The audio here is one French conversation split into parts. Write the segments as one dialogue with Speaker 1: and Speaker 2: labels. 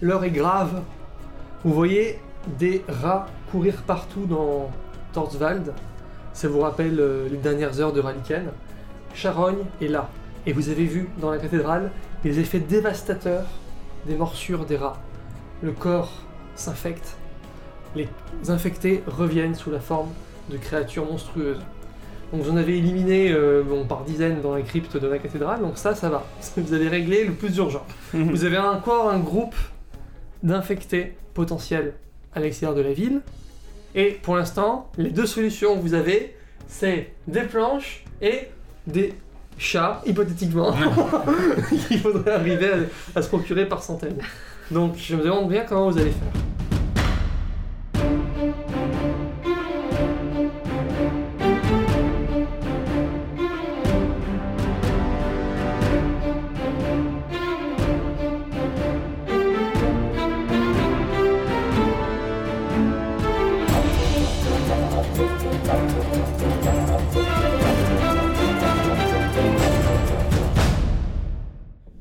Speaker 1: L'heure est grave. Vous voyez des rats courir partout dans Torswald. Ça vous rappelle euh, les dernières heures de Raliken. Charogne est là. Et vous avez vu dans la cathédrale les effets dévastateurs des morsures des rats. Le corps s'infecte. Les infectés reviennent sous la forme de créatures monstrueuses. Donc vous en avez éliminé euh, bon, par dizaines dans la crypte de la cathédrale, donc ça, ça va. Vous avez réglé le plus urgent. vous avez encore un groupe d'infectés potentiels à l'extérieur de la ville. Et pour l'instant, les deux solutions que vous avez, c'est des planches et des chats, hypothétiquement, qu'il faudrait arriver à, à se procurer par centaines. Donc je me demande bien comment vous allez faire.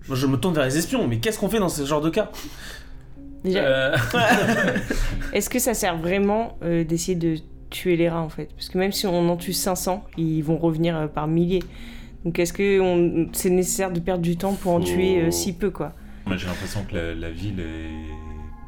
Speaker 2: Moi, je me tourne vers les espions, mais qu'est-ce qu'on fait dans ce genre de cas
Speaker 3: Déjà,
Speaker 2: Euh,
Speaker 3: est-ce que ça sert vraiment euh, d'essayer de tuer les rats en fait Parce que même si on en tue 500, ils vont revenir euh, par milliers. Donc est-ce que on- c'est nécessaire de perdre du temps pour en
Speaker 4: Faut-
Speaker 3: tuer euh, si peu quoi
Speaker 4: Moi, j'ai l'impression que la, la ville est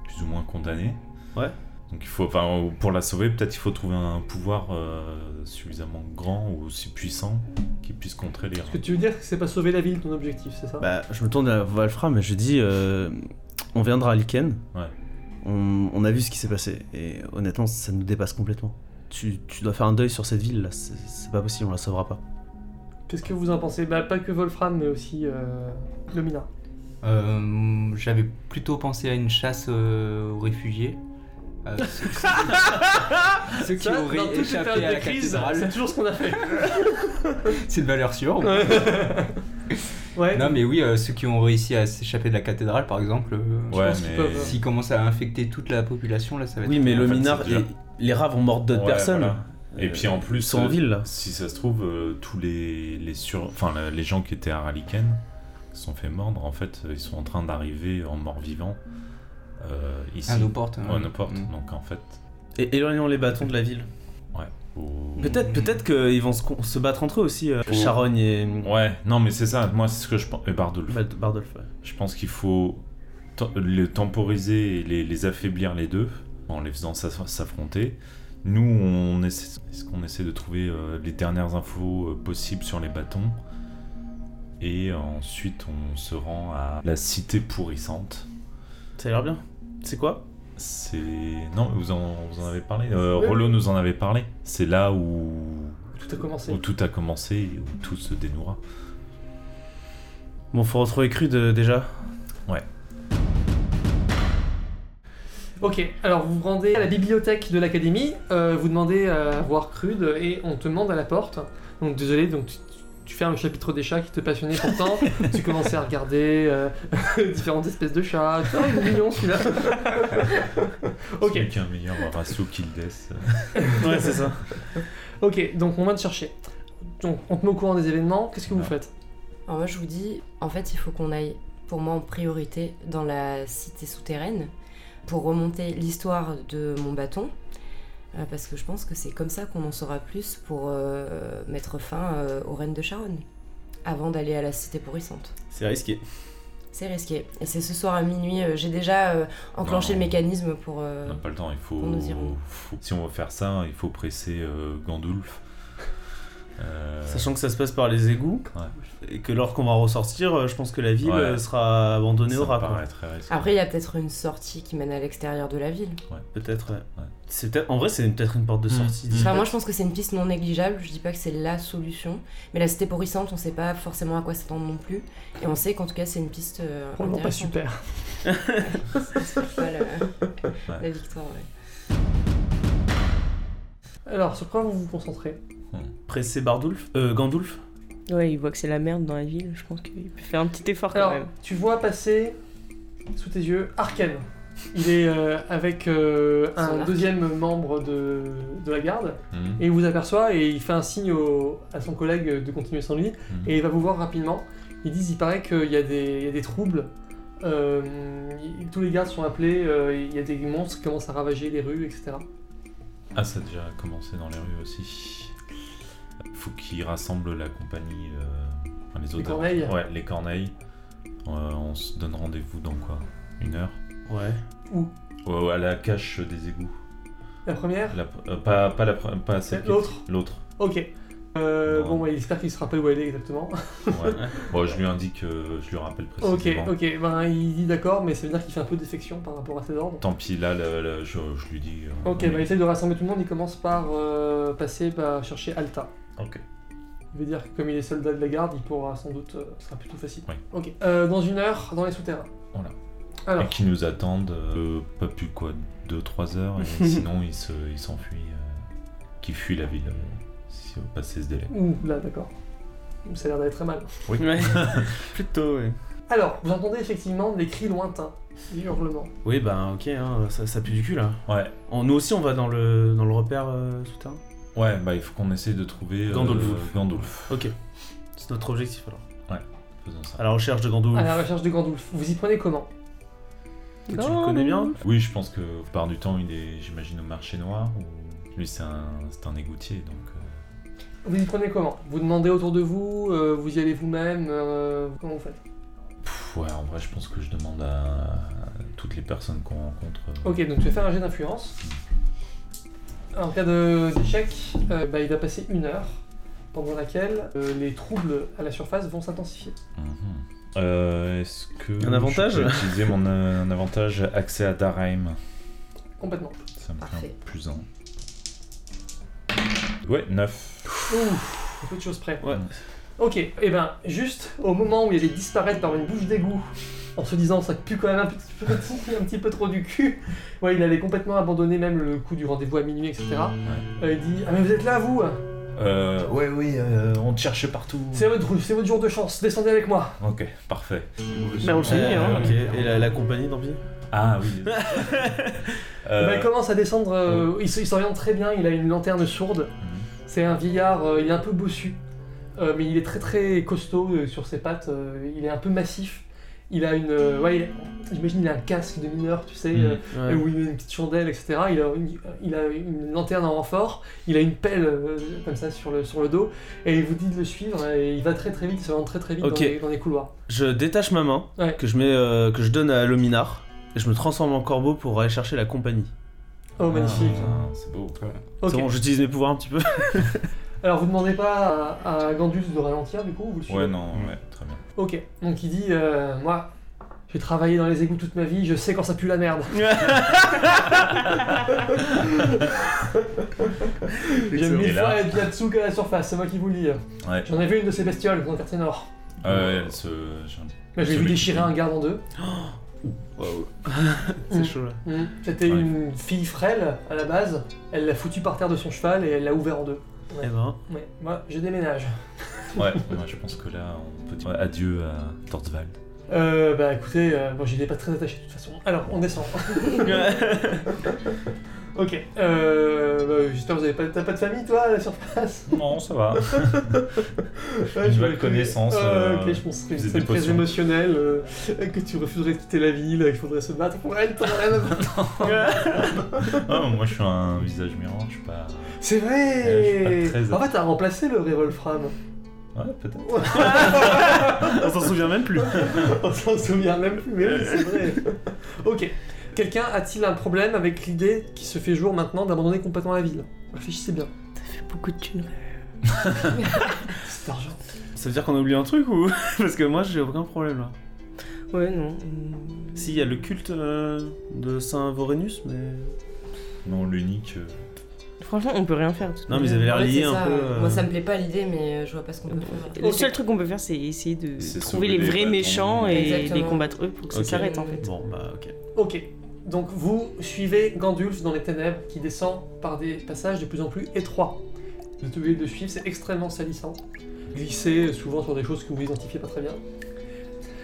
Speaker 4: plus ou moins condamnée.
Speaker 2: Ouais.
Speaker 4: Donc il faut, enfin, pour la sauver, peut-être il faut trouver un pouvoir euh, suffisamment grand ou aussi puissant qui puisse contrer les rats.
Speaker 1: Ce que tu veux dire, que c'est pas sauver la ville ton objectif, c'est ça
Speaker 2: Bah, je me tourne vers Valfram et je dis euh, on viendra à Lyken.
Speaker 4: Ouais.
Speaker 2: On, on a vu ce qui s'est passé et honnêtement, ça nous dépasse complètement. Tu, tu dois faire un deuil sur cette ville là, c'est c'est pas possible, on la sauvera pas.
Speaker 1: Qu'est-ce que vous en pensez Bah, pas que Wolfram, mais aussi euh, Domina.
Speaker 5: Euh, J'avais plutôt pensé à une chasse euh, aux réfugiés. Euh, ceux- ceux qui
Speaker 1: Ça, dans
Speaker 5: auraient
Speaker 1: toutes les périodes
Speaker 5: échappé à
Speaker 1: de
Speaker 5: la
Speaker 1: crise,
Speaker 5: cathédrale,
Speaker 1: C'est toujours ce qu'on a fait.
Speaker 5: c'est une valeur sûre.
Speaker 1: ouais.
Speaker 5: Non mais oui, euh, ceux qui ont réussi à s'échapper de la cathédrale par exemple, euh,
Speaker 4: Ouais,
Speaker 1: pense qu'ils
Speaker 4: mais
Speaker 1: peuvent.
Speaker 5: s'ils commencent à infecter toute la population, là ça va être...
Speaker 2: Oui, mais
Speaker 4: en
Speaker 2: le
Speaker 4: fait,
Speaker 2: minard,
Speaker 4: c'est déjà-
Speaker 2: et- les rats vont mordre d'autres
Speaker 4: Ouais,
Speaker 2: personnes.
Speaker 4: voilà. Et
Speaker 2: Euh,
Speaker 4: puis en plus,
Speaker 2: Ils sont en
Speaker 4: euh,
Speaker 2: ville là.
Speaker 4: si ça se trouve, euh, tous les les sur, enfin la- les gens qui étaient à Raliken se sont fait mordre. En fait, ils sont en train d'arriver en mort-vivant euh, ici.
Speaker 5: à nos portes. hein.
Speaker 4: Ouais, à nos portes.
Speaker 5: Mm.
Speaker 4: Donc en fait,
Speaker 2: Et éloignons les bâtons de la ville.
Speaker 4: faut-
Speaker 2: Peut-être peut-être qu'ils vont se, con- se battre entre eux aussi, euh,
Speaker 4: Oh.
Speaker 2: Charogne et
Speaker 4: Ouais, non, mais c'est ça. Moi, c'est ce que je pense. Et Bardolphe.
Speaker 2: Bald- Bardolph. ouais.
Speaker 4: Je pense qu'il faut to- les temporiser et les, les affaiblir les deux en les faisant s'aff- s'affronter. Nous, on essaie, est-ce qu'on essaie de trouver euh, les dernières infos euh, possibles sur les bâtons et ensuite on se rend à la cité pourrissante.
Speaker 2: Ça a l'air bien. C'est quoi
Speaker 4: C'est non, vous en, vous en avez parlé. Euh,
Speaker 1: Oui.
Speaker 4: Rollo nous en avait parlé. C'est là où
Speaker 1: Tout a commencé.
Speaker 4: où tout a commencé, et où tout se dénouera.
Speaker 2: Bon, faut retrouver Crude euh, déjà.
Speaker 1: Ok, alors vous vous rendez à la bibliothèque de l'académie, euh, vous demandez à voir Crude et on te demande à la porte. Donc désolé, donc tu, tu fermes le chapitre des chats qui te passionnait pourtant, tu commençais à regarder euh, différentes espèces de chats. Ah, il est mignon celui-là. ok,
Speaker 4: Celui qui a un meilleur ratio qu'il laisse. euh,
Speaker 2: ouais, c'est ça.
Speaker 1: ok, donc on va te chercher. Donc on te met au courant des événements, qu'est-ce que vous
Speaker 4: Ouais.
Speaker 1: faites
Speaker 6: Alors moi je vous dis, en fait il faut qu'on aille pour moi en priorité dans la cité souterraine pour remonter l'histoire de mon bâton. euh, Parce que je pense que c'est comme ça qu'on en saura plus pour euh, mettre fin euh, aux reines de Charonne, avant d'aller à la cité pourrissante.
Speaker 2: C'est risqué.
Speaker 6: C'est risqué. Et c'est ce soir à minuit, euh, j'ai déjà euh, enclenché
Speaker 4: Non.
Speaker 6: le mécanisme pour... euh,
Speaker 4: On n'a pas le temps, il faut,
Speaker 6: On nous irons.
Speaker 4: faut- Si on veut faire ça, il faut presser euh, Gandulf. Euh,
Speaker 2: Sachant que ça se passe par les égouts et que lorsqu'on va ressortir, euh, je pense que la ville
Speaker 4: Ouais.
Speaker 2: euh, sera abandonnée
Speaker 4: ça
Speaker 2: au
Speaker 4: me
Speaker 1: hein.
Speaker 2: rap.
Speaker 4: paraît très risqué.
Speaker 6: Après il y a peut-être une sortie qui mène à l'extérieur de la ville.
Speaker 2: Peut-être. ouais.
Speaker 4: Ouais.
Speaker 2: C'est peut-être. En vrai, c'est peut-être une porte de
Speaker 4: Mm.
Speaker 2: sortie.
Speaker 4: Mm.
Speaker 2: discrète.
Speaker 6: Enfin, moi, je pense que c'est une piste non négligeable. Je dis pas que c'est la solution, mais la cité pourrissante, on sait pas forcément à quoi s'attendre non plus. Et on sait qu'en tout cas, c'est une piste euh,
Speaker 1: Probablement pas
Speaker 6: intéressante.
Speaker 1: super.
Speaker 6: Pas la, la victoire. ouais.
Speaker 1: Alors sur quoi vous vous concentrez
Speaker 2: Pressé Bardoulf, euh, Gandulf.
Speaker 3: Ouais, ils voient que c'est la merde dans la ville, je pense qu'il peut faire un petit effort quand
Speaker 1: Alors
Speaker 3: même.
Speaker 1: tu vois passer sous tes yeux Arken. Il est euh, avec euh,
Speaker 6: Son
Speaker 1: un
Speaker 6: arc.
Speaker 1: deuxième membre de- de la garde.
Speaker 4: Mhm.
Speaker 1: Et il vous aperçoit et il fait un signe au- à son collègue de continuer sans lui.
Speaker 4: Mhm.
Speaker 1: Et il va vous voir rapidement. Ils disent il paraît qu'il y, a des- il y a des troubles Euh, y- tous les gardes sont appelés, euh, il y a des monstres qui commencent à ravager les rues, etc.
Speaker 4: Ah, ça a déjà commencé dans les rues aussi. Faut qu'ils rassemblent la compagnie, euh, enfin, les autres.
Speaker 1: corneilles
Speaker 4: Ouais, les corneilles. Euh, on se donne rendez-vous dans quoi Une heure
Speaker 2: Ouais.
Speaker 4: Ouais, à la cache des égouts.
Speaker 1: La première
Speaker 4: La- euh, pas, pas, la, pre- pas celle qui-
Speaker 1: L'autre.
Speaker 4: L'autre.
Speaker 1: Ok. Euh,
Speaker 4: Non.
Speaker 1: bon, bah, il espère qu'il se rappelle où elle est exactement.
Speaker 4: Ouais. Bon, je lui indique, euh, je lui rappelle
Speaker 1: ok,
Speaker 4: précisément.
Speaker 1: ok, ben, il dit d'accord, mais ça veut dire qu'il fait un peu défection par rapport à ses ordres.
Speaker 4: Tant pis, là, le- le- je, je lui dis. euh,
Speaker 1: Ok, bah,
Speaker 4: on est-
Speaker 1: il essaie de rassembler tout le monde, il commence par euh, passer par chercher Alta.
Speaker 4: Ok.
Speaker 1: Il veut dire que comme il est soldat de la garde, il pourra sans doute, euh, ce sera plutôt facile.
Speaker 4: Oui.
Speaker 1: Ok, Euh, dans une heure, dans les souterrains.
Speaker 4: Voilà.
Speaker 1: Alors,
Speaker 4: Et qui nous attendent, euh, pas plus quoi, 2-3 heures, et sinon ils se- ils s'enfuient, euh, qui fuient la ville, euh, si on passait ce délai.
Speaker 1: ouh, là, d'accord. Ça a l'air d'aller très mal.
Speaker 4: Oui.
Speaker 2: Ouais. Plutôt, ouais.
Speaker 1: Alors, vous entendez effectivement des cris lointains, des hurlements.
Speaker 2: Oui, bah ok, hein, ça, ça pue du cul là.
Speaker 4: Ouais,
Speaker 2: On- nous aussi, on va dans le, dans le repère euh, souterrain.
Speaker 4: ouais, bah il faut qu'on essaye de trouver euh,
Speaker 2: Gandolf.
Speaker 4: Gandolf.
Speaker 2: Ok. C'est notre objectif alors.
Speaker 4: Faisons ça.
Speaker 2: À la recherche de Gandou.
Speaker 1: À la recherche de Gandulf, vous y prenez comment
Speaker 2: Tu le connais bien
Speaker 4: Oui, je pense que la plupart du temps, il est, j'imagine, au marché noir. Ou... Lui, c'est un, c'est un égoutier, donc. euh,
Speaker 1: Vous y prenez comment Vous demandez autour de vous, euh, vous y allez vous-même, euh, comment vous faites
Speaker 4: pff, ouais, en vrai, je pense que je demande à, à toutes les personnes qu'on rencontre. euh,
Speaker 1: Ok, donc tu vas faire un jet d'influence. En cas de- d'échec, euh, bah, il va passer une heure pendant laquelle euh, les troubles à la surface vont s'intensifier.
Speaker 4: Mhm. Euh, Est-ce que.
Speaker 2: Un avantage
Speaker 4: Je peux utiliser mon euh, un avantage accès à Darheim.
Speaker 1: Complètement.
Speaker 4: Ça me fait
Speaker 6: Parfait.
Speaker 4: un plus un. Ouais, 9.
Speaker 1: Ouh, peu de choses près.
Speaker 2: Ouais.
Speaker 1: Ok, et ben juste au moment où il allait disparaître par une bouche d'égout, en se disant ça pue quand même un petit peu, un petit peu trop du cul, ouais, il allait complètement abandonner même le coup du rendez-vous à minuit, etc. Euh, il dit Ah, mais vous êtes là, vous
Speaker 4: Euh, ouais, oui, euh, on te cherche partout.
Speaker 1: C'est votre, c'est votre jour de chance, descendez avec moi
Speaker 4: Ok, parfait.
Speaker 2: Bah on le
Speaker 4: sait,
Speaker 2: sait,
Speaker 4: hein.
Speaker 2: hein. Ok. Et la, la compagnie, tant pis.
Speaker 4: Ah oui.
Speaker 1: Eh
Speaker 4: Euh,
Speaker 1: ben, il commence à descendre, euh, il se- il s'oriente très bien, il a une lanterne sourde.
Speaker 4: Mhm.
Speaker 1: C'est un vieillard, euh, il est un peu bossu, euh, mais il est très très costaud euh, sur ses pattes, euh, il est un peu massif. Il a une. euh, ouais, il a- j'imagine il a un casque de mineur, tu sais,
Speaker 4: Mhm.
Speaker 1: euh, où il met une petite chandelle, etc. Il a une, il a une lanterne en renfort, il a une pelle euh, comme ça sur le, sur le dos, et il vous dit de le suivre, et il va très très vite, il s'oriente très très vite
Speaker 2: Ok.
Speaker 1: dans, les, dans les couloirs.
Speaker 2: Je détache ma main
Speaker 1: Ouais.
Speaker 2: que je mets, euh, que je donne à Lominar et je me transforme en corbeau pour aller chercher la compagnie.
Speaker 1: Oh, magnifique.
Speaker 4: Ah, c'est beau.
Speaker 1: Ok.
Speaker 2: C'est bon, j'utilise mes pouvoirs un petit peu.
Speaker 1: Alors, vous demandez pas à, à Gandus de ralentir, du coup, vous le suivez
Speaker 4: Ouais, non, ouais, très bien.
Speaker 1: Ok, donc il dit euh, Moi, j'ai travaillé dans les égouts toute ma vie, je sais quand ça pue la merde. J'aime
Speaker 4: Et
Speaker 1: mille
Speaker 4: là-
Speaker 1: fois être bien dessous qu'à la surface, c'est moi qui vous le dis.
Speaker 4: Ouais.
Speaker 1: J'en ai vu une de ces bestioles dans le quartier nord.
Speaker 4: Euh, elle se. je-
Speaker 1: Là, j'ai
Speaker 4: Celui
Speaker 1: vu
Speaker 4: qui
Speaker 1: déchirer
Speaker 4: pue.
Speaker 1: un garde en deux.
Speaker 2: C'est
Speaker 1: Mm.
Speaker 2: chaud là.
Speaker 1: C'était
Speaker 4: Ouais.
Speaker 1: une fille frêle à la base, elle l'a foutue par terre de son cheval et elle l'a ouvert en deux.
Speaker 2: Eh ben,
Speaker 1: Ouais, moi, je déménage.
Speaker 4: Ouais, moi je pense que là, on peut dire ouais, adieu à Tortval.
Speaker 1: Euh, bah écoutez, euh, bon, j'étais pas très attaché de toute façon. Alors, on descend. ok, euh, bah, j'espère que vous avez pas, t'as pas de famille toi à la surface
Speaker 4: Non, ça va.
Speaker 1: Ouais, je vois
Speaker 4: nouvelle
Speaker 1: que-
Speaker 4: connaissance,
Speaker 1: Ah,
Speaker 4: euh,
Speaker 1: ok, je pense que
Speaker 4: faisait
Speaker 1: c'est
Speaker 4: des
Speaker 1: très
Speaker 4: potions.
Speaker 1: émotionnel, euh, que tu refuserais de quitter la ville, qu'il faudrait se battre pour elle. t'en as rien à foutre.
Speaker 4: Ah, mais moi je suis un visage miroir, je suis pas.
Speaker 1: C'est
Speaker 4: Ouais, Eh, je
Speaker 1: vrai.
Speaker 4: suis pas très-
Speaker 1: En fait, t'as remplacé le Revolfram.
Speaker 4: Ouais, peut-être.
Speaker 2: on s'en souvient même plus.
Speaker 1: On s'en souvient même plus, mais oui, c'est vrai. ok. Quelqu'un a-t-il un problème avec l'idée qui se fait jour maintenant d'abandonner complètement la ville Réfléchissez bien.
Speaker 3: Ça fait beaucoup de thunes.
Speaker 1: C'est d'argent.
Speaker 2: Ça veut dire qu'on a oublié un truc ou Parce que moi j'ai aucun problème là.
Speaker 3: Ouais, non.
Speaker 2: Si, il y a le culte euh, de Saint Vorenus, mais.
Speaker 4: Non, l'unique. euh,
Speaker 3: Franchement, on peut rien faire. de toute
Speaker 2: Non, mais ils
Speaker 3: manière.
Speaker 2: avaient l'air
Speaker 6: Ouais,
Speaker 2: liés
Speaker 6: c'est
Speaker 2: un
Speaker 6: ça.
Speaker 2: peu. euh,
Speaker 6: Moi, ça me plaît pas l'idée, mais je vois pas ce qu'on peut faire.
Speaker 3: Le seul truc qu'on peut faire, c'est essayer de
Speaker 4: C'est sauver
Speaker 3: trouver les
Speaker 4: les
Speaker 3: vrais
Speaker 4: bâtons.
Speaker 3: méchants et les
Speaker 6: Exactement.
Speaker 3: combattre eux pour que ça
Speaker 2: Ok.
Speaker 3: s'arrête en fait.
Speaker 2: Bon, bah ok.
Speaker 1: Ok. Donc vous suivez Gandulf dans les ténèbres qui descend par des passages de plus en plus étroits. Vous êtes obligé de le suivre, c'est extrêmement salissant. Glisser souvent sur des choses que vous identifiez pas très bien.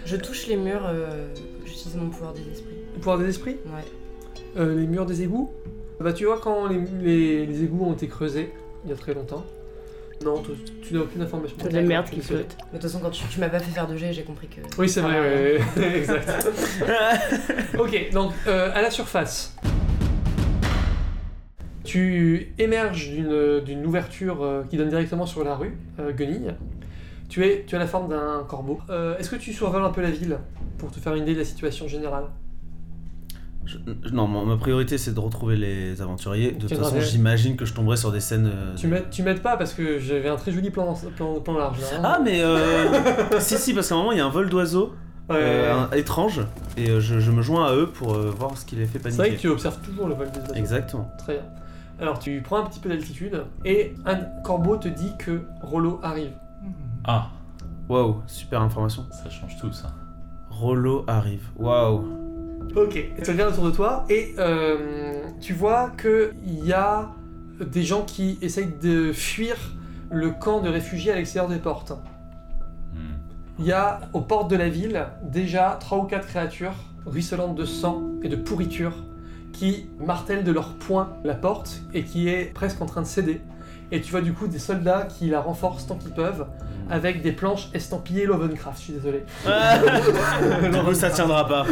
Speaker 6: Je touche les murs, euh, j'utilise mon pouvoir des esprits.
Speaker 1: Le pouvoir des esprits,
Speaker 6: Ouais.
Speaker 1: euh, les murs des égouts. Bah tu vois quand les, les- les égouts ont été creusés il y a très longtemps, Non, tu, tu n'as aucune information.
Speaker 3: C'est de la merde qui flotte.
Speaker 6: Mais de toute façon, quand tu, tu m'as pas fait faire de jet, j'ai compris que.
Speaker 1: Oui, c'est vrai, ouais, ouais, exact. ok, donc euh, à la surface, tu émerges d'une- d'une ouverture euh, qui donne directement sur la rue, euh, Guenille. Tu, es, tu as la forme d'un corbeau. Euh, Est-ce que tu survoles un peu la ville pour te faire une idée de la situation générale
Speaker 2: Je- je- non, ma, ma priorité c'est de retrouver les aventuriers. De toute
Speaker 1: Tu
Speaker 2: façon,
Speaker 1: devrais.
Speaker 2: j'imagine que je tomberai sur des scènes. euh,
Speaker 1: Tu m'aides- Tu m'aides pas parce que j'avais un très joli plan, plan, plan large. là, hein.
Speaker 2: Ah, mais euh... si, si, parce qu'à un moment il y a un vol d'oiseaux
Speaker 1: Ouais.
Speaker 2: euh, un- étrange et euh, je, je me joins à eux pour euh, voir ce qui les fait
Speaker 1: C'est vrai que
Speaker 2: paniquer.
Speaker 1: tu observes toujours le vol des oiseaux.
Speaker 2: Exactement.
Speaker 1: Très bien. Alors tu prends un petit peu d'altitude et un corbeau te dit que Rollo arrive.
Speaker 4: Ah,
Speaker 2: Waouh, super information.
Speaker 4: ça change tout ça.
Speaker 2: Rollo arrive. Waouh.
Speaker 1: Ok. Et tu regardes autour de toi et euh, tu vois qu'il y a des gens qui essayent de fuir le camp de réfugiés à l'extérieur des portes.
Speaker 4: Hmm.
Speaker 1: Il y a aux portes de la ville déjà trois ou quatre créatures ruisselantes de sang et de pourriture qui martèlent de leurs poings la porte et qui est presque en train de céder. Et tu vois du coup des soldats qui la renforcent tant qu'ils peuvent avec des planches estampillées Lovencraft, je suis désolé. Ah.
Speaker 2: Du coup, ça tiendra pas.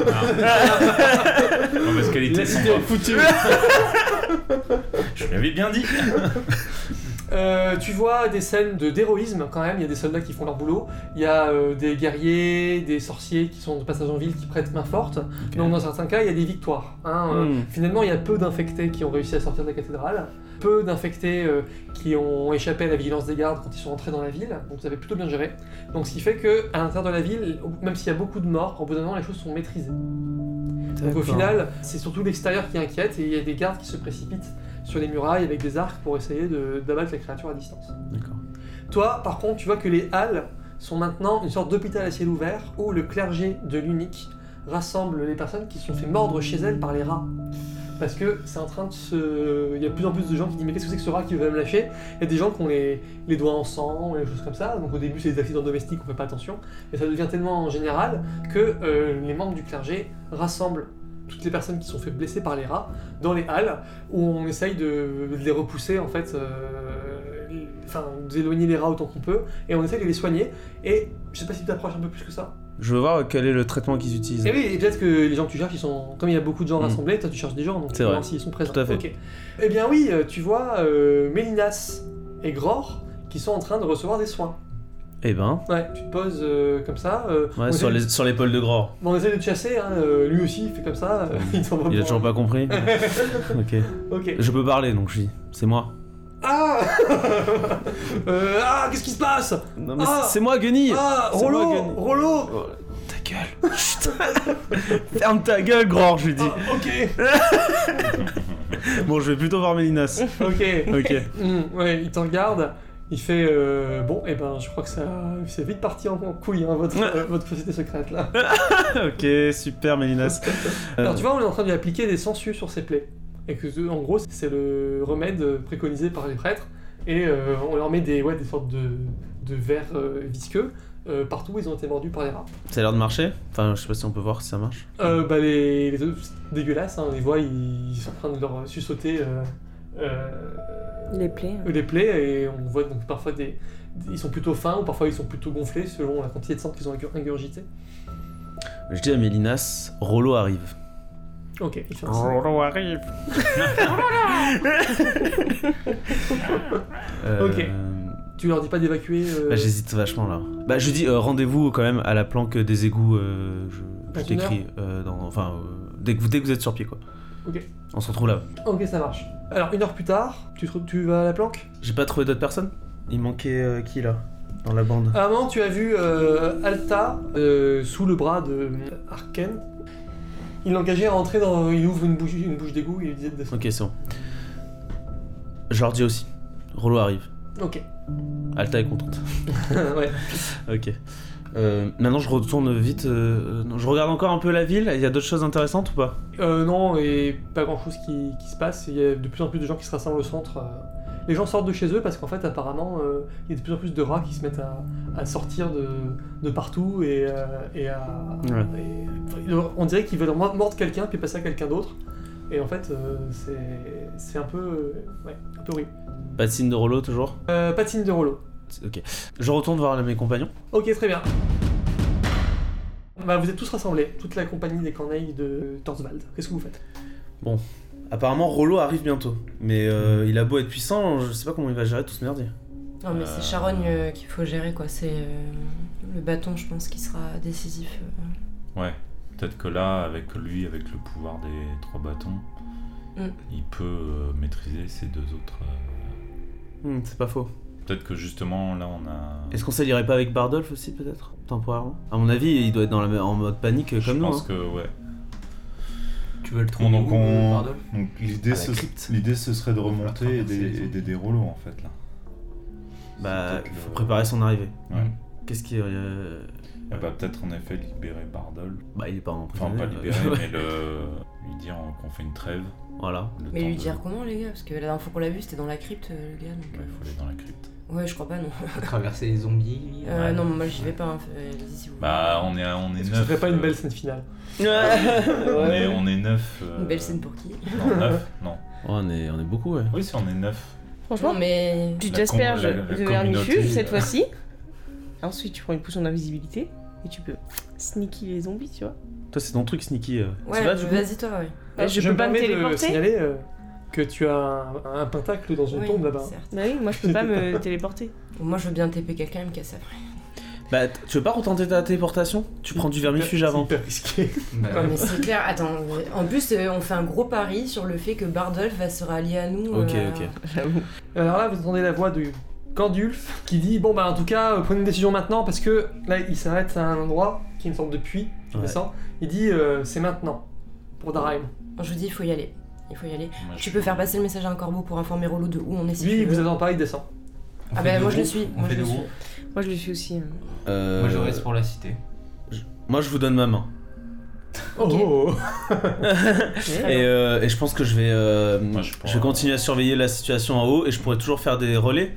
Speaker 4: Mauvaise qualité.
Speaker 1: La cité
Speaker 4: sans
Speaker 1: est foutue.
Speaker 4: bras. Je l'avais bien dit.
Speaker 1: Euh, tu vois des scènes de d'héroïsme quand même, il y a des soldats qui font leur boulot, il y a euh, des guerriers, des sorciers qui sont de passage en ville qui prêtent main forte. Donc dans certains cas, il y a des victoires. hein. Euh,
Speaker 2: Hmm.
Speaker 1: Finalement, il y a peu d'infectés qui ont réussi à sortir de la cathédrale, peu d'infectés euh, qui ont échappé à la vigilance des gardes quand ils sont rentrés dans la ville, donc vous avez plutôt bien géré. Donc ce qui fait que à l'intérieur de la ville, même s'il y a beaucoup de morts, au bout d'un moment, les choses sont maîtrisées. Donc au
Speaker 2: D'accord.
Speaker 1: final, c'est surtout l'extérieur qui inquiète et il y a des gardes qui se précipitent sur les murailles avec des arcs pour essayer de- d'abattre les créatures à distance.
Speaker 2: D'accord.
Speaker 1: Toi, par contre, tu vois que les halles sont maintenant une sorte d'hôpital à ciel ouvert où le clergé de l'unique rassemble les personnes qui se sont fait mordre chez elles par les rats. Parce que c'est en train de se. Il y a de plus en plus de gens qui disent Mais qu'est-ce que c'est que ce rat qui veut me lâcher Il y a des gens qui ont les, les doigts en sang, et des choses comme ça. Donc au début, c'est des accidents domestiques, on fait pas attention. Mais ça devient tellement général que euh, les membres du clergé rassemblent toutes les personnes qui se sont fait blesser par les rats dans les halles où on essaye de, de les repousser en fait, euh, les- enfin d'éloigner les rats autant qu'on peut, et on essaye de les soigner. Et je sais pas si tu t'approches un peu plus que ça.
Speaker 2: Je veux voir quel est le traitement qu'ils utilisent.
Speaker 1: Et Eh oui, et peut-être que les gens que tu cherches, ils sont comme il y a beaucoup de gens
Speaker 2: Mm.
Speaker 1: rassemblés, toi tu cherches des gens, donc
Speaker 2: C'est
Speaker 1: tu
Speaker 2: vrai.
Speaker 1: voir s'ils sont présents.
Speaker 2: Tout à fait.
Speaker 1: Ok. Eh bien oui, euh, tu vois euh, Mélinas et Gror qui sont en train de recevoir des soins.
Speaker 2: Eh ben,
Speaker 1: Ouais, tu te poses euh, comme ça. euh, on,
Speaker 2: ouais, sur
Speaker 1: essaie,
Speaker 2: les- sur l'épaule de Gror.
Speaker 1: on essaie de te chasser, hein, euh, lui aussi il fait comme ça. euh, il t'envoie
Speaker 2: Il a
Speaker 1: pour-
Speaker 2: toujours pas compris. ok.
Speaker 1: Ok.
Speaker 2: Je peux parler donc je dis, c'est moi.
Speaker 1: Ah Euh, Ah, qu'est-ce qui se passe
Speaker 2: Non
Speaker 1: mais Ah
Speaker 2: c'est moi Guenille
Speaker 1: Ah,
Speaker 2: C'est moi,
Speaker 1: Rollo,
Speaker 2: Gun.
Speaker 1: Rollo
Speaker 2: Oh, Ta gueule Chut. Ferme ta gueule Gror, je lui dis.
Speaker 1: Ah, ok,
Speaker 2: Bon, je vais plutôt voir Mélinas.
Speaker 1: Ah, ok.
Speaker 2: Ok.
Speaker 1: Hmm, ouais, il te regarde, il fait euh, bon, et ben je crois que ça c'est vite parti en en couille hein, votre euh, votre société secrète là.
Speaker 2: ok, super Mélinas. Euh,
Speaker 1: Alors tu vois, on est en train de lui appliquer des sangsues sur ses plaies et que euh, en gros c'est le remède préconisé par les prêtres et euh, on leur met des ouais des sortes de de verres euh, visqueux euh, partout où ils ont été mordus par les rats.
Speaker 2: Ça a l'air de marcher Enfin, je sais pas si on peut voir si ça marche.
Speaker 1: Euh, bah les, les autres, c'est dégueulasse, hein, on les voit ils, ils sont en train de leur suçoter. euh, euh,
Speaker 3: Les plaies.
Speaker 1: Euh, les plaies et on voit donc parfois des ils sont plutôt fins ou parfois ils sont plutôt gonflés selon la quantité de sang qu'ils ont ingurg- ingurgité.
Speaker 2: Je dis à Mélinas, Rollo arrive.
Speaker 1: Ok, il fait un signe.
Speaker 2: Rollo arrive
Speaker 1: Ok. Tu leur dis pas d'évacuer euh,
Speaker 2: Bah, Euh, j'hésite vachement là. Bah, je dis euh, rendez-vous quand même à la planque des égouts. euh, je je
Speaker 1: Dans une
Speaker 2: t'écris. euh, dans- enfin, euh, dès, que vous, dès que vous êtes sur pied, quoi.
Speaker 1: Ok.
Speaker 2: On se retrouve là.
Speaker 1: Ok, ça marche. Alors une heure plus tard, tu, te- tu vas à la planque
Speaker 2: J'ai pas trouvé d'autres personnes Il manquait euh, qui là Dans la bande
Speaker 1: À un moment, tu as vu euh, Alta euh, sous le bras de euh, Arken. Il l'engageait à entrer dans. Il ouvre une bouche, une bouche d'égout et il lui disait de descendre.
Speaker 2: Ah. Ok, c'est bon. Je leur dis aussi. Rollo arrive.
Speaker 1: Ok.
Speaker 2: Alta est contente.
Speaker 1: ouais.
Speaker 2: Ok. Euh, maintenant, je retourne vite. euh, non, je regarde encore un peu la ville. Il y a d'autres choses intéressantes ou pas
Speaker 1: Euh, non, et pas grand chose qui, qui se passe. Il y a de plus en plus de gens qui se rassemblent au centre. euh. Les gens sortent de chez eux parce qu'en fait, apparemment, euh, il y a de plus en plus de rats qui se mettent à, à sortir de, de partout et, euh, et à. euh,
Speaker 2: Ouais.
Speaker 1: et- et- on dirait qu'ils veulent mo- mordre quelqu'un puis passer à quelqu'un d'autre. Et en fait, euh, c'est- c'est un peu. euh, ouais, un peu oui.
Speaker 2: Pas de signe de rollo toujours
Speaker 1: Euh, patine de Rollo.
Speaker 2: Ok. Je retourne voir mes compagnons.
Speaker 1: Ok, très bien. Bah, vous êtes tous rassemblés, toute la compagnie des corneilles de Torsvald. Qu'est-ce que vous faites
Speaker 2: Apparemment, Rollo arrive bientôt. Mais euh, il a beau être puissant, je sais pas comment il va gérer tout ce merdier.
Speaker 6: Non, mais
Speaker 4: Euh.
Speaker 6: c'est Charogne euh, qu'il faut gérer, quoi. C'est euh, le bâton, je pense, qui sera décisif. euh.
Speaker 4: Ouais. Peut-être que là, avec lui, avec le pouvoir des trois bâtons,
Speaker 6: Mm.
Speaker 4: il peut euh, maîtriser ces deux autres. euh,
Speaker 2: Hmm, c'est pas faux.
Speaker 4: Peut-être que justement, là, on a.
Speaker 2: Est-ce qu'on s'allierait pas avec Bardolph aussi, peut-être Temporairement À mon avis, il doit être dans la, me- en mode panique euh,
Speaker 4: Je
Speaker 2: comme nous. hein.
Speaker 4: pense que, ouais.
Speaker 5: Tu veux le
Speaker 4: Bon,
Speaker 5: trouver
Speaker 4: donc,
Speaker 5: où,
Speaker 4: on-
Speaker 5: Bardolph
Speaker 4: donc l'idée,
Speaker 2: À la
Speaker 4: ce...
Speaker 2: crypte.
Speaker 4: l'idée, ce serait de remonter et
Speaker 5: traverser les
Speaker 4: d'aider
Speaker 5: eaux.
Speaker 4: et d'aider Rollo, en fait, là.
Speaker 2: Bah,
Speaker 4: peut-être
Speaker 2: il
Speaker 4: le-
Speaker 2: faut préparer Mm. son arrivée.
Speaker 4: Ouais.
Speaker 2: Qu'est-ce qui. euh,
Speaker 4: Ah bah, peut-être en effet libérer Bardol.
Speaker 2: Bah, il est pas en
Speaker 4: Enfin, pas
Speaker 2: prisonnier,
Speaker 4: libérer,
Speaker 2: euh,
Speaker 4: mais le... lui dire qu'on fait une trêve.
Speaker 2: Voilà.
Speaker 4: le
Speaker 6: Mais
Speaker 4: temps
Speaker 6: lui
Speaker 4: de-
Speaker 6: dire comment, les gars Parce que la dernière fois qu'on l'a vu, c'était dans la crypte, euh, le gars. donc,
Speaker 4: Ouais, il faut aller dans la crypte.
Speaker 6: euh, Ouais, je crois pas, non.
Speaker 5: Faut Traverser les zombies.
Speaker 6: Euh,
Speaker 5: ouais.
Speaker 6: Non, mais moi, j'y vais pas. hein. Euh, Allez-y, si vous
Speaker 4: Bah, on est, on est
Speaker 1: Est-ce que
Speaker 4: neuf.
Speaker 1: ce serait pas une
Speaker 4: euh,
Speaker 1: belle scène finale
Speaker 3: hein.
Speaker 4: On est,
Speaker 2: ouais.
Speaker 4: on est neuf.
Speaker 6: voulez.
Speaker 4: euh,
Speaker 6: Une belle scène pour qui
Speaker 4: Non, neuf, non.
Speaker 2: Oh, on est, on est beaucoup, ouais.
Speaker 4: Oui, si on est neuf.
Speaker 3: Franchement,
Speaker 6: Non, mais.
Speaker 3: tu
Speaker 4: La
Speaker 3: t'asperges
Speaker 4: com- la- la
Speaker 3: de
Speaker 4: communauté.
Speaker 3: vermifuge cette fois-ci. Ensuite, tu prends une potion d'invisibilité et tu peux sneaker les zombies, tu vois.
Speaker 2: Toi, c'est ton truc sneaky. euh.
Speaker 6: Ouais,
Speaker 2: C'est là, du coup
Speaker 6: vas-y, toi, ouais.
Speaker 3: Bah, je, peux
Speaker 1: me
Speaker 3: pas me
Speaker 1: permets de
Speaker 3: téléporter.
Speaker 1: signaler euh, que tu as un, un pentacle dans une
Speaker 6: Oui,
Speaker 1: tombe là-bas.
Speaker 6: certes.
Speaker 3: Bah oui, moi je peux pas me téléporter.
Speaker 6: Moi, je veux bien TP quelqu'un, il me casse après.
Speaker 2: Bah, t- tu veux pas retenter ta téléportation Tu prends du vermifuge
Speaker 1: C'est
Speaker 2: avant.
Speaker 1: hyper risqué.
Speaker 5: Bah,
Speaker 6: Non, mais c'est clair, attends. En plus, euh, on fait un gros pari sur le fait que Bardolph va se rallier à nous.
Speaker 2: Ok,
Speaker 6: euh,
Speaker 2: ok.
Speaker 3: J'avoue.
Speaker 1: Alors là, vous entendez la voix de Candulf qui dit Bon, bah en tout cas, euh, prenez une décision maintenant parce que là, il s'arrête à un endroit qui est une sorte de puits, je
Speaker 2: Ouais.
Speaker 1: descends. Il dit euh, C'est maintenant pour Darheim.
Speaker 6: Je vous dis, il faut y aller. Il faut y aller.
Speaker 4: Moi, je-
Speaker 6: Tu peux faire passer le message à un corbeau pour informer Rollo de où on est. si
Speaker 1: Lui,
Speaker 6: tu
Speaker 1: il
Speaker 6: veux.
Speaker 1: vous attend pas, il descend.
Speaker 5: on
Speaker 6: Ah
Speaker 5: fait
Speaker 6: bah,
Speaker 5: deux
Speaker 6: moi, je le
Speaker 5: groupes,
Speaker 6: suis,
Speaker 5: on
Speaker 6: moi,
Speaker 5: fait
Speaker 6: je le
Speaker 5: deux
Speaker 6: suis.
Speaker 5: groupes.
Speaker 3: Moi je le suis aussi. hein.
Speaker 2: Euh,
Speaker 5: Moi, je reste pour la cité.
Speaker 2: moi, je vous donne ma main.
Speaker 6: Ok.
Speaker 1: Oh
Speaker 2: Et, euh, et je pense que je vais, euh,
Speaker 4: Moi, je
Speaker 2: je,
Speaker 4: pourrais-
Speaker 2: vais continuer à surveiller la situation en haut et je pourrai toujours faire des relais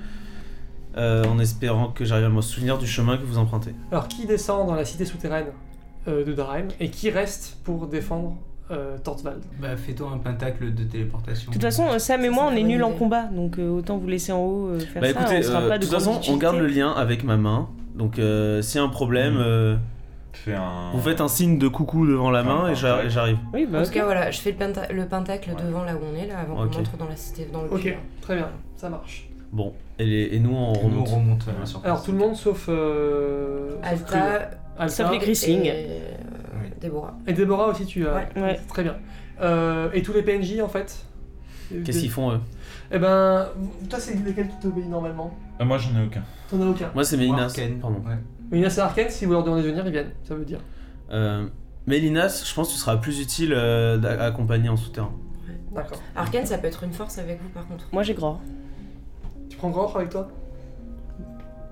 Speaker 2: euh, en espérant que j'arrive à me souvenir du chemin que vous empruntez.
Speaker 1: Alors, qui descend dans la cité souterraine euh, de Darheim et qui reste pour défendre euh, Tortwald
Speaker 5: Bah, fais-toi un pentacle de téléportation.
Speaker 3: De
Speaker 2: Oh,
Speaker 3: toute façon, euh, Sam et
Speaker 6: Ça,
Speaker 3: moi,
Speaker 6: c'est
Speaker 3: on
Speaker 6: une
Speaker 3: est
Speaker 6: bonne
Speaker 3: nuls en
Speaker 6: idée.
Speaker 3: combat, donc euh, autant vous laisser en haut euh, faire
Speaker 2: Bah
Speaker 3: ça.
Speaker 2: écoutez,
Speaker 3: on sera
Speaker 2: euh,
Speaker 3: pas
Speaker 2: de toute
Speaker 3: grande
Speaker 2: façon, on
Speaker 3: utilité.
Speaker 2: garde le lien avec ma main. Donc euh, s'il y a un problème,
Speaker 4: Mm.
Speaker 2: euh,
Speaker 4: Fais un.
Speaker 2: vous faites un signe de coucou devant la
Speaker 4: Enfin,
Speaker 2: main et
Speaker 4: un
Speaker 2: j'a-
Speaker 4: contact.
Speaker 2: et j'arrive.
Speaker 3: Oui, bah
Speaker 6: En tout
Speaker 3: ok.
Speaker 6: cas, voilà, je fais le, penta- le pentacle
Speaker 4: Ouais.
Speaker 6: devant là où on est, là, avant
Speaker 2: Ok.
Speaker 6: qu'on entre dans la cité, dans le
Speaker 1: Ok,
Speaker 6: puits, là.
Speaker 1: très bien, ça marche.
Speaker 2: Bon, et, les- et nous on
Speaker 5: Et nous, on
Speaker 2: remonte.
Speaker 5: remonte euh, à la surface.
Speaker 1: Alors, tout le monde sauf. Euh, sauf Krug.
Speaker 6: Alta
Speaker 1: Alta.
Speaker 3: Sauf les Grissing.
Speaker 6: et euh,
Speaker 5: Oui.
Speaker 6: Déborah.
Speaker 1: Et Déborah aussi, tu as.
Speaker 6: Ouais.
Speaker 3: Ouais.
Speaker 1: Très bien. Euh, et tous les PNJ en fait
Speaker 2: Qu'est-ce qu'ils font eux
Speaker 1: Eh ben, toi c'est lesquels qui t'obéis normalement
Speaker 4: Ah, moi, j'en ai aucun.
Speaker 1: T'en as aucun.
Speaker 2: Moi c'est Mélinas.
Speaker 5: Warken,
Speaker 2: Pardon.
Speaker 5: ouais.
Speaker 1: Minas et Arkane, si vous leur demandez de venir, ils viennent, ça veut dire.
Speaker 2: Euh, Mélinas, je pense que tu seras plus utile euh, d'a- à accompagner en souterrain.
Speaker 1: D'accord.
Speaker 6: Arkane, ça peut être une force avec vous, par contre.
Speaker 3: Moi j'ai grand.
Speaker 1: Tu prends Gror avec toi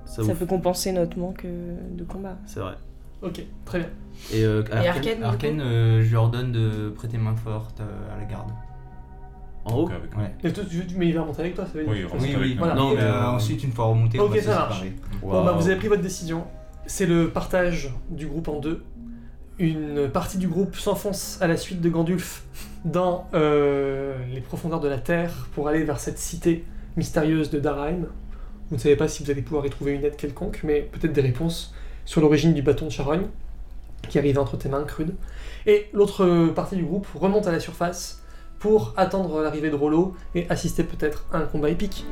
Speaker 2: Ça,
Speaker 3: Ça
Speaker 2: vous...
Speaker 3: peut compenser notre manque euh, de combat.
Speaker 2: C'est vrai.
Speaker 1: Ok, très bien.
Speaker 2: Et, euh,
Speaker 6: Et
Speaker 2: Arcane,
Speaker 6: Arkane, du
Speaker 5: Arkane, euh, je lui ordonne de prêter main forte euh, à la garde.
Speaker 2: en haut
Speaker 4: Donc, avec-
Speaker 5: Ouais.
Speaker 1: Mais, toi, tu- mais il va remonter avec toi, ça veut dire.
Speaker 4: Oui, il remonte.
Speaker 5: Oui,
Speaker 4: Reste
Speaker 5: oui.
Speaker 4: avec
Speaker 1: nous.
Speaker 5: Non,
Speaker 2: Voilà.
Speaker 5: mais euh, ensuite, une fois remonté,
Speaker 1: Ok,
Speaker 5: on va se
Speaker 1: ça marche.
Speaker 5: séparer.
Speaker 1: Bon, bah, vous avez pris votre décision. C'est le partage du groupe en deux. Une partie du groupe s'enfonce à la suite de Gandulf dans euh, les profondeurs de la Terre pour aller vers cette cité mystérieuse de Darheim. Vous ne savez pas si vous allez pouvoir y trouver une aide quelconque, mais peut-être des réponses sur l'origine du bâton de Charogne qui arrive entre tes mains crudes. Et l'autre euh, partie du groupe remonte à la surface pour attendre l'arrivée de Rollo et assister peut-être à un combat épique.